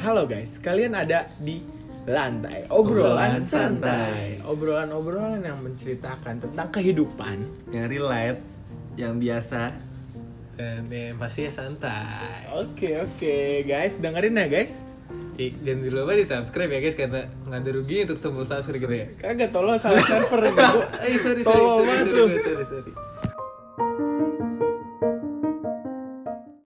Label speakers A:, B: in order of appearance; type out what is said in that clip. A: Halo guys, kalian ada di lantai
B: Obrolan
A: obrolan, santai.
B: santai.
A: Obrolan-obrolan yang menceritakan tentang kehidupan
B: yang relate, yang biasa.
C: dan yang pastinya santai
A: Oke oke guys, dengerin ya guys.
C: I- dan jangan lupa di subscribe ya guys karena nggak ada rugi untuk tombol subscribe gitu ya
A: Kagak tolong salah server. gua.
C: eh
A: Tolol
C: sorry sorry sorry
A: banget
C: sorry,
A: lu.
C: sorry, sorry, sorry.